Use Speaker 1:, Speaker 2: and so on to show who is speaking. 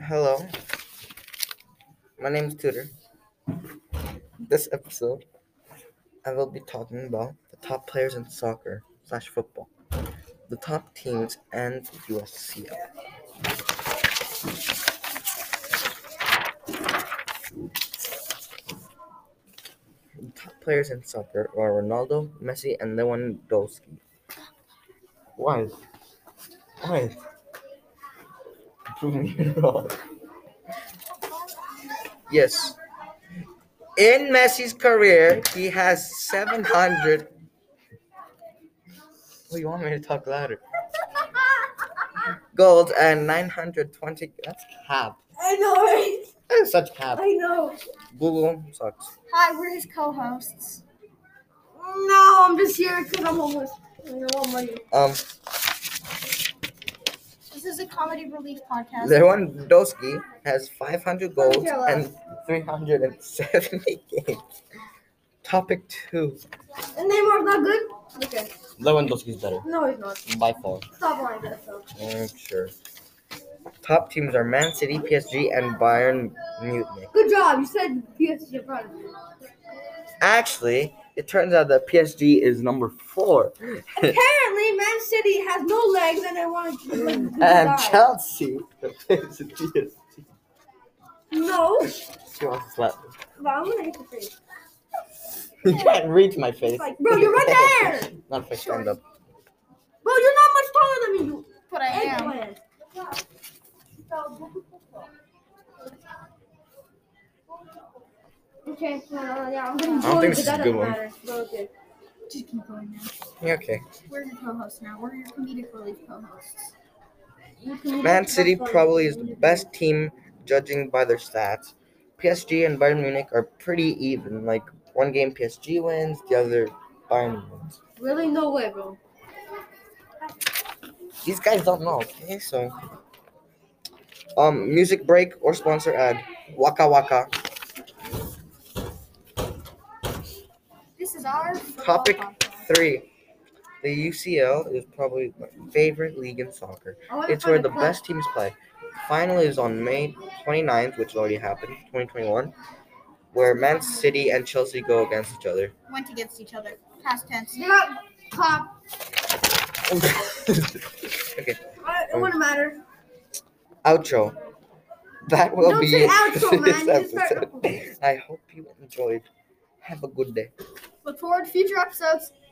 Speaker 1: Hello, my name is Tudor. This episode, I will be talking about the top players in soccer slash football, the top teams, and USCL. The top players in soccer are Ronaldo, Messi, and Lewandowski. Why? Why? Prove me wrong. Yes. In Messi's career, he has 700. Oh, you want me to talk louder? Gold and 920. That's cap.
Speaker 2: I know.
Speaker 1: That is such cap.
Speaker 2: I know.
Speaker 1: Google sucks.
Speaker 3: Hi, we're his co-hosts.
Speaker 2: No, I'm just here because I'm homeless. I know I'm money.
Speaker 1: Um,
Speaker 3: This is a comedy relief podcast.
Speaker 1: Lewandowski has 500 goals and 370 games. Topic two.
Speaker 2: And Neymar's not good. Okay.
Speaker 1: Lewandowski's better
Speaker 2: No, he's not.
Speaker 1: by far.
Speaker 2: Stop lying to us, though.
Speaker 1: Mm, sure. Top teams are Man City, PSG, and Bayern Munich.
Speaker 2: Good job. You said PSG in front of you.
Speaker 1: Actually, it turns out that PSG is number four,
Speaker 2: Apparently, Man City has no legs and they want to like, do
Speaker 1: and
Speaker 2: die.
Speaker 1: Chelsea plays with PSG.
Speaker 2: No,
Speaker 1: She wants to slap me.
Speaker 2: but I'm gonna hit the face.
Speaker 1: You can't reach my face.
Speaker 2: Like, bro, you're right there.
Speaker 1: Not if I stand up.
Speaker 2: Bro, you're not much taller than me. You
Speaker 3: But I am.
Speaker 2: eggplant. Okay, so, uh, yeah, I'm gonna
Speaker 1: I don't
Speaker 2: go,
Speaker 1: think
Speaker 2: but
Speaker 1: this is
Speaker 2: that
Speaker 1: a good
Speaker 2: doesn't
Speaker 1: one.
Speaker 2: matter. But okay.
Speaker 3: Just keep going now.
Speaker 1: Yeah, Okay.
Speaker 3: We're your co-hosts now. We're your comedic relief co-hosts.
Speaker 2: You can-
Speaker 1: Man City probably is the best team judging by their stats. PSG and Bayern Munich are pretty even. Like one game PSG wins, the other Bayern wins.
Speaker 2: Really? No way, bro.
Speaker 1: These guys don't know, okay? So um music break or sponsor ad. Waka waka.
Speaker 3: This is our football
Speaker 1: Topic
Speaker 3: podcast.
Speaker 1: Three. The UCL is probably my favorite league in soccer.
Speaker 2: I wanna
Speaker 1: It's where
Speaker 2: find a
Speaker 1: the
Speaker 2: clip.
Speaker 1: best teams play. Final is on May 29th, which has already happened, 2021, where Man City and Chelsea go against each other.
Speaker 3: Went against each other. Past tense.
Speaker 2: You're not top. I, it
Speaker 1: Um,
Speaker 2: wouldn't matter.
Speaker 1: Outro. That will
Speaker 2: Don't
Speaker 1: be
Speaker 2: say
Speaker 1: it
Speaker 2: outro,
Speaker 1: for
Speaker 2: man.
Speaker 1: this
Speaker 2: You just start-
Speaker 1: episode. I hope you enjoyed. Have a good day.
Speaker 3: Look forward to future episodes.